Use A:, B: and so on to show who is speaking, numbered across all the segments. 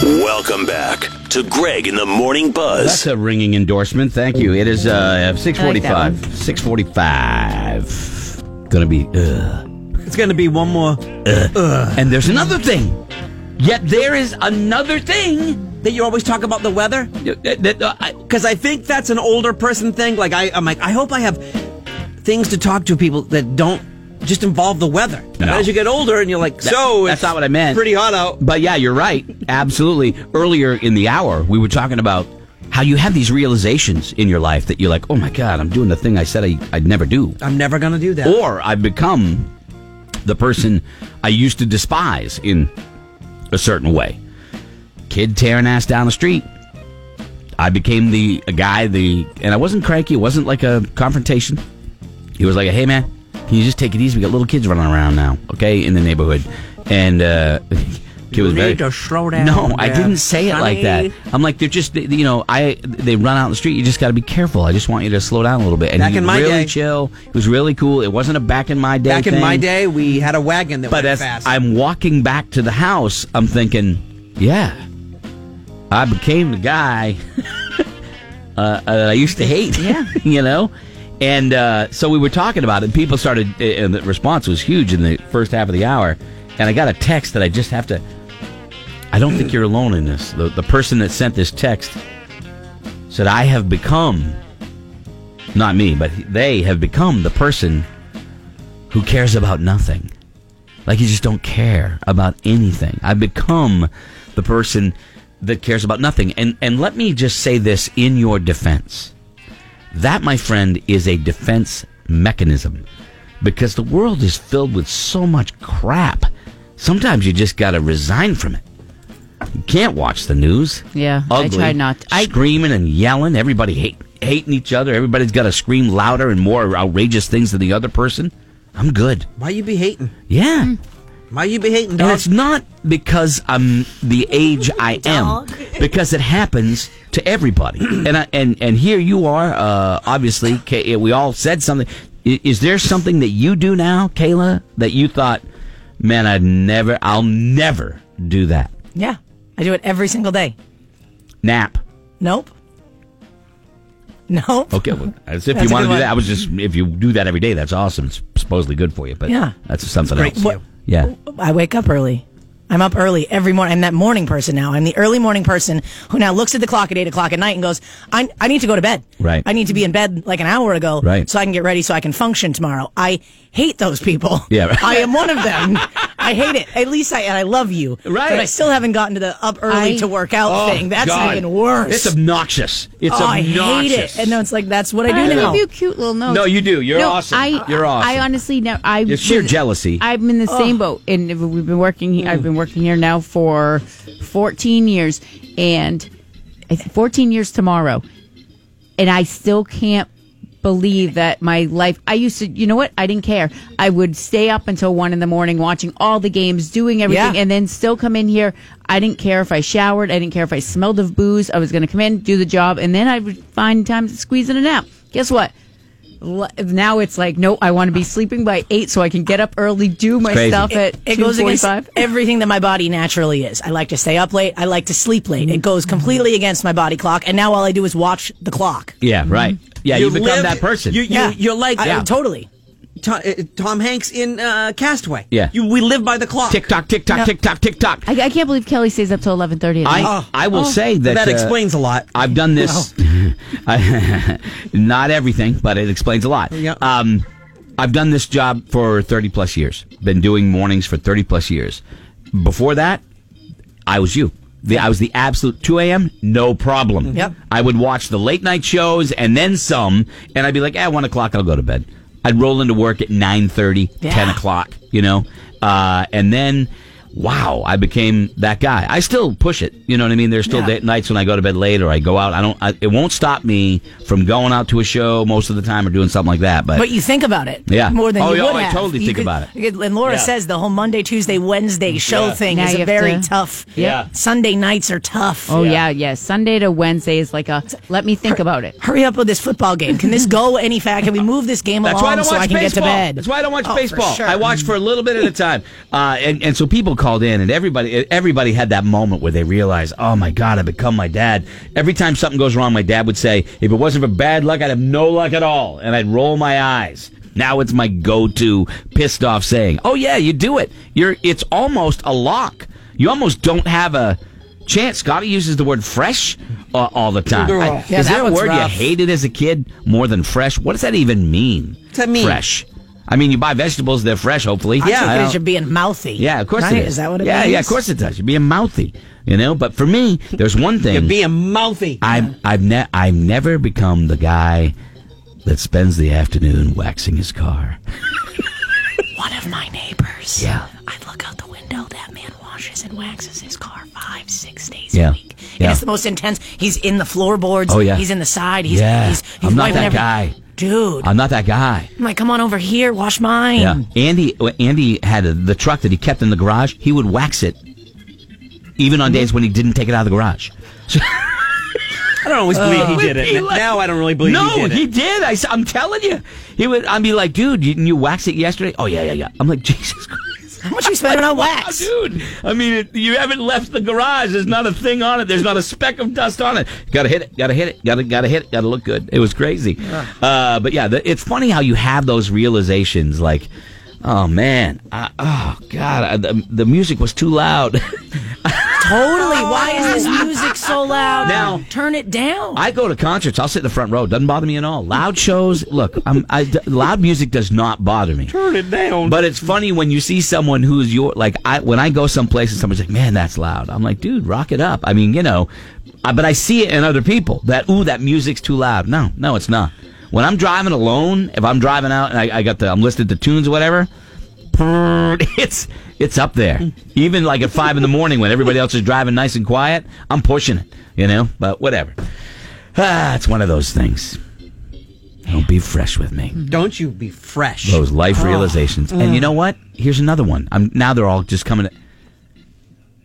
A: Welcome back to Greg in the Morning Buzz.
B: That's a ringing endorsement. Thank you. It is uh,
C: I
B: 645.
C: like
B: 645. Gonna be, uh.
D: It's going to be one more.
B: And there's another thing. Yet there is another thing.
D: That you always talk about the weather?
B: that- that- uh, I-
D: Because I think that's an older person thing. Like, I, I'm like, I hope I have things to talk to people that don't just involve the weather. And
B: No.
D: As you get older and you're like,
B: That-
D: so
B: that's
D: it's
B: not what I meant.
D: pretty hot out.
B: But yeah, you're right. Absolutely. Earlier in the hour, we were talking about how you have these realizations in your life that you're like, oh my God, I'm doing the thing I said I, I'd never do.
D: I'm never going to do that.
B: Or I've become the person I used to despise in a certain way. Kid tearing ass down the street. I became the a guy, the and I wasn't cranky. It wasn't like a confrontation. It was like, hey man, can you just take it easy? We got little kids running around now, okay, in the neighborhood. And uh, kid was
D: You
B: very
D: need to slow down,
B: No, I
D: Dad.
B: didn't say it like that.
D: Honey.
B: I'm like, they're just, they- you know, I they run out in the street. You just got to be careful. I just want you to slow down a little bit. And
D: Back
B: he
D: in my
B: really
D: day.
B: chill. It was really cool. It wasn't a back in my day.
D: Back in my
B: thing.
D: day, we had a wagon that
B: But as
D: went fast.
B: I'm walking back to the house, I'm thinking, yeah, I became the guy uh, that I used to hate. Yeah, you know. And uh, so we were talking about it. People started, uh, and the response was huge in the first half of the hour. And I got a text that I just have to. I don't think you're alone in this. The, the person that sent this text said, I have become, not me, but they have become the person who cares about nothing. Like you just don't care about anything. I've become the person that cares about nothing. And and let me just say this in your defense. That, my friend, is a defense mechanism because the world is filled with so much crap. Sometimes you just got to resign from it. You can't watch the news.
C: Yeah, I
B: Ugly,
C: try not- I-
B: screaming and yelling. Everybody hate, hating each other. Everybody's got to scream louder and more outrageous things than the other person. I'm good.
D: Why you be hating?
B: Yeah.
C: Mm.
D: Why you be hating,
B: And
D: dog?
B: it's not because I'm the age I am,
C: Dog.
B: because it happens to everybody. And I, and and here you are. Uh, obviously, Kay, we all said something. I- Is there something that you do now, Kayla, that you thought, man, I'd never, I'll never do that?
E: Yeah, I do it every single day.
B: Nap.
E: Nope. Nope.
B: Okay, well, as if
E: That's
B: you
E: a
B: want to
E: good
B: do
E: one.
B: that, I was just if you do that every day, that's awesome. It's supposedly good for you, but
E: Yeah.
B: that's something
D: great
B: else.
D: for you.
B: Yeah,
E: I wake up early. I'm up early every morning. I'm that morning person now. I'm the early morning person who now looks at the clock at eight o'clock at night and goes, I, I need to go to bed.
B: Right.
E: I need to be in bed like an hour ago
B: Right.
E: so I can get ready so I can function tomorrow. I hate those people.
B: Yeah, right.
E: I am one of them. I hate it. At least I, and I love you.
B: Right. Oh,
E: But I still haven't gotten to the up early
C: I-
E: to work out thing. That's
B: God.
E: even worse.
B: It's obnoxious. It's
E: oh,
B: obnoxious.
E: I hate it. And no, it's like, that's what I do
C: I
E: now.
C: give you cute little notes.
B: No, you do. You're
C: No,
B: awesome.
C: I,
B: You're awesome.
C: I honestly know. I
B: It's sheer jealousy.
C: I'm in the same boat, and we've been working. he- I've been working here now for 14 years, and I think 14 years tomorrow, and I still can't believe that my life. I used to, you know what? I didn't care. I would stay up until one in the morning watching all the games, doing everything,
E: Yeah.
C: and then still come in here. I didn't care if I showered. I didn't care if I smelled of booze. I was going to come in, do the job, and then I would find time to squeeze in a nap. Guess what? L- Now it's like, no, I want to be sleeping by eight so I can get up early, do my
B: crazy.
C: stuff at
E: it goes against
C: 2:45.
E: everything that my body naturally is. I like to stay up late. I like to sleep late. It goes completely against my body clock. And now all I do is watch the clock.
B: Yeah, right. Yeah, you, become
D: Mm-hmm. live-
B: that person.
D: You, you, You're like uh,
E: I-
B: Yeah.
E: totally.
D: Tom, uh, Tom Hanks in uh, Castaway.
B: Yeah.
D: You, we live by the clock.
B: tick tock, tick tock, tick tock, tick tock.
C: I, I can't believe Kelly stays up till 11:30. at night.
B: I, I will say that
D: oh. That
B: uh,
D: explains a lot.
B: I've done this. I, not everything, but it explains a lot.
D: Yeah.
B: Um, I've done this job for 30 plus years. Been doing mornings for 30 plus years. Before that, I was you. The, I was the absolute 2 a.m. No problem.
E: Yep.
B: I would watch the late night shows and then some, and I'd be like, "At one o'clock, I'll go to bed." I'd roll into work at 9.30,
E: Yeah.
B: 10 o'clock, you know, uh, and then. Wow, I became that guy. I still push it. You know what I mean? There's still
E: Yeah.
B: da- nights when I go to bed late or I go out. I don't. I, it won't stop me from going out to a show most of the time or doing something like that. But,
E: But you think about it
B: Yeah.
E: more than
B: Oh,
E: you
B: yeah,
E: would
B: oh, I
E: have.
B: totally
E: You
B: think
E: could-
B: about it.
E: you could- And Laura
B: Yeah.
E: says the whole Monday, Tuesday, Wednesday show
B: Yeah.
E: thing
C: Now
E: is
C: you
E: a
C: have
E: very
C: to-
E: tough.
B: Yeah.
E: Sunday nights are tough.
C: oh yeah. yeah, Sunday to Wednesday is like a let me think about it.
E: Hurry up with this football game. Can this go any fact? Can we move this game
B: That's
E: along
B: why I don't
E: so
B: watch
E: I can
B: baseball.
E: get to bed?
B: That's why I don't watch
E: Oh, for
B: baseball.
E: sure.
B: I watch for a little bit at a time. Uh, and, and so people called in, and everybody everybody had that moment where they realized, oh my god, I become my dad. Every time something goes wrong, my dad would say, if it wasn't for bad luck, I'd have no luck at all, and I'd roll my eyes. Now it's my go-to pissed off saying, oh yeah, you do it. You're it's almost a lock. You almost don't have a chance. Scotty uses the word fresh uh, all the time. I-
E: Yeah,
B: is
E: that
B: there a
E: one's
B: word you
E: rough.
B: hated as a kid more than fresh? What does that even mean?
D: What's that mean?
B: Fresh. I mean, you buy vegetables; they're fresh, hopefully.
E: I took
B: I
E: it
B: don't-
E: as you being mouthy.
B: yeah, of course
E: right?
B: it is.
E: Is that what it
B: yeah,
E: means?
B: Yeah, of course it does. You're being mouthy, you know. But for me, there's one thing.
D: Being mouthy.
B: I've I've ne- I've never become the guy that spends the afternoon waxing his car.
E: One of my neighbors.
B: Yeah.
E: I look out the window. That man washes and waxes his car five, six days
B: Yeah.
E: a week.
B: Yeah.
E: And it's the most intense. He's in the floorboards.
B: Oh, yeah.
E: He's in the side. He's,
B: Yeah.
E: he's, he's
B: I'm not
E: wiping
B: that
E: every-
B: guy.
E: Dude.
B: I'm not that guy.
E: I'm like, come on over here. Wash mine.
B: Yeah, Andy uh, Andy had a, the truck that he kept in the garage. He would wax it, even
E: Mm-hmm.
B: on days when he didn't take it out of the garage.
D: I don't always believe he did
B: He
D: it.
B: like-
D: now I don't really believe
B: no,
D: he did it.
B: I, am telling you, he would. I'd be like, dude, didn't you wax it yesterday? Oh yeah, yeah, yeah. I'm like, Jesus Christ.
E: How much you spending on wax?
B: dude. I mean, it, you haven't left the garage. There's not a thing on it. There's not a speck of dust on it. Got to hit it. Got to hit it. Got to got to hit it. Got to look good. It was crazy. Uh, but yeah, the, it's funny how you have those realizations. Like, oh man, I, oh god, I, the, the music was too loud.
E: Totally. Why is this music so loud?
B: Now-
E: turn it down.
D: Oh.
B: I go to concerts. I'll sit in the front row. Doesn't bother me at all. Loud shows. Look, I'm, I, loud music does not bother me.
D: Turn it down.
B: But it's funny when you see someone who's your like I when I go someplace and someone's like, "Man, that's loud." I'm like, "Dude, rock it up." I mean, you know, I, but I see it in other people that ooh, that music's too loud. No, no, it's not. When I'm driving alone, if I'm driving out and I, I got the I'm listening to tunes or whatever, it's it's up there. Even like at five in the morning when everybody else is driving nice and quiet, I'm pushing it. You know, but whatever. Ah, it's one of those things. Don't be fresh with me
D: Don't you be fresh.
B: those life realizations. And you know what? Here's another one. I'm now they're all just coming.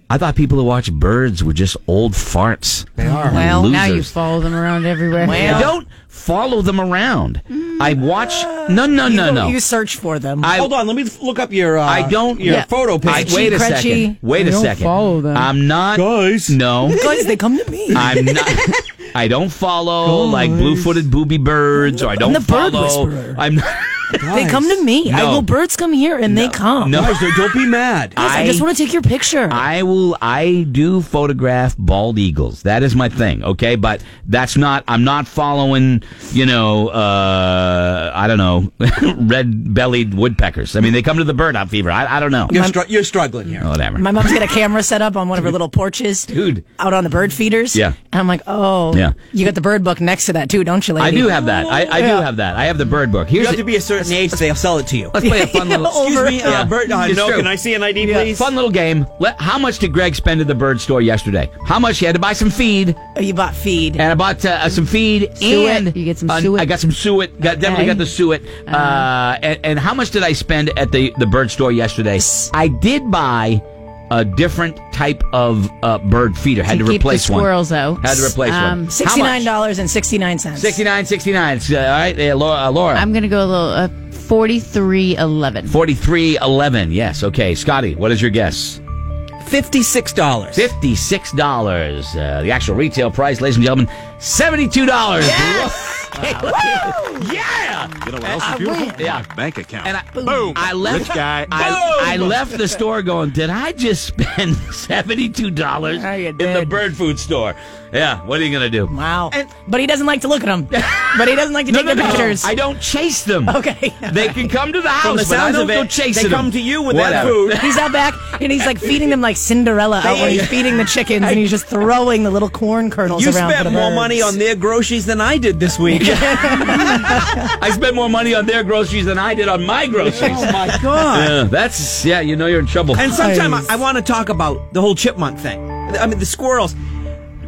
B: I thought people who watch birds were just old farts. They are.
C: Well, now you follow them around everywhere.
B: I don't follow them around. I watch. No, no, no,
E: You-
B: no.
E: You search for them.
B: I-
D: Hold on, let me look up your. Uh,
B: I don't.
D: Your
B: yeah.
D: photo
B: I-
D: page.
B: wait a
E: Crunchy.
B: second. Wait
C: I
B: a
C: don't
B: second.
C: follow them.
B: I'm not.
D: Guys.
B: No.
E: Guys, they come to me.
B: I'm not. I don't follow like blue-footed booby birds, or I don't
E: the bird
B: follow.
E: whisperer.
B: I'm not.
E: They come to me. I
B: No.
E: go, birds come here, and they come.
B: No.
D: Guys, don't- don't be mad.
E: I, just want to take your picture.
B: I will. I do photograph bald eagles. That is my thing. Okay, but that's not. I'm not following. You know. Uh, I don't know. Red-bellied woodpeckers. I mean, they come to the bird out fever. I, I don't know.
D: you're, str- you're struggling here.
B: Whatever.
E: My mom's got a camera set up on one of her little porches.
B: Dude.
E: Out on the bird feeders.
B: Yeah.
E: And I'm like, oh.
B: Yeah.
E: You got the bird book next to that, too, don't you,
B: I
E: lady?
B: do have that. I, I do have that. I have the bird book.
D: You
B: Here's
D: have to be a certain age, they'll sell it to you.
B: let's play a fun little.
D: Excuse me, uh,
B: Yeah.
D: Bert. Uh,
B: It's
D: no,
B: true.
D: can I see an ID, please?
B: Fun little game. Let, how much did Greg spend at the bird store yesterday? How much? He had to buy some feed,
E: Oh, you bought feed.
B: and I bought uh, uh, some feed
C: Suet.
B: and
C: You get some
B: uh,
C: suet.
B: I got some suet. Got, Definitely
C: Okay. Uh-huh.
B: got the suet. Uh, and, and how much did I spend at the the bird store yesterday? I did buy a different type of uh, bird feeder. Had to,
C: To keep the
B: replace
C: squirrels
B: one.
C: out.
B: Had to replace
C: Um,
B: one.
E: Sixty-nine dollars and sixty-nine cents.
B: Sixty nine, sixty nine. All right, uh, Laura. Uh, Laura.
C: I'm gonna go a little uh, 4311.
B: 43.11. Yes. Okay. Scotty, what is your guess?
D: Fifty-six dollars.
B: Fifty-six dollars. Uh, the actual retail price, ladies and gentlemen, seventy-two dollars. yeah.
F: You know what else is beautiful?
B: Yeah.
F: My bank account.
B: And I,
F: Boom.
B: I left.
F: Rich guy.
B: I, I left the store going. Did I just spend seventy-two dollars
E: Oh, you
B: in the
E: did.
B: bird food store? Yeah. What are you gonna do?
E: Wow.
B: And-
E: but he doesn't like to look at them. but he doesn't like to
B: No,
E: take
B: no,
E: the
B: no.
E: pictures.
B: I don't chase them.
E: Okay.
B: They can come to the house,
D: From the
B: but I
D: sounds
B: don't
D: of
B: go
D: it,
B: chasing
D: they
B: them.
D: come to you with that
B: Whatever.
D: food.
E: He's out back and he's like feeding them like Cinderella out when he's feeding the chickens and he's just throwing the little corn kernels
D: You
E: around. for
D: spent
E: the
D: more
E: birds.
D: money on their groceries than I did this week.
B: I spent more money on their groceries than I did on my groceries.
D: oh my god.
B: Yeah, that's yeah. You know you're in trouble.
D: And sometimes I, I want to talk about the whole chipmunk thing. I mean, the squirrels.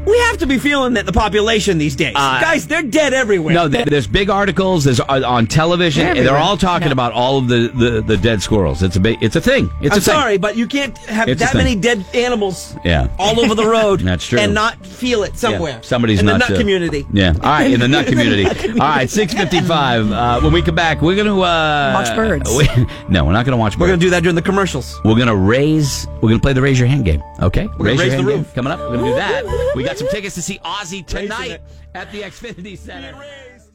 D: We have to be feeling that the population these days. Guys, they're dead everywhere.
B: Uh, No, th- there's big articles. There's on on television. and They're all talking about all of the, the, the dead squirrels. It's a big. It's a thing. It's
D: I'm
B: a thing.
D: sorry, but you can't have
B: It's a
D: that
B: thing.
D: many dead animals
B: Yeah.
D: all over the road
B: That's true.
D: and not feel it
B: Yeah,
D: somewhere.
B: somebody's
D: in
B: not
D: the nut
B: uh,
D: community.
B: Yeah. All right, in the nut community. All right, six fifty-five. Uh, when we come back, we're gonna uh,
E: Watch birds.
B: we- no, we're not gonna watch birds.
D: We're going to do that during the commercials.
B: We're gonna raise. We're gonna play the raise your hand game. Okay.
D: We're gonna raise
B: your
D: the
B: hand
D: roof.
B: game. Coming up, we're gonna do that. We got some tickets to see Ozzy
D: Raising
B: tonight
D: it.
B: at the Xfinity Center.
D: Raise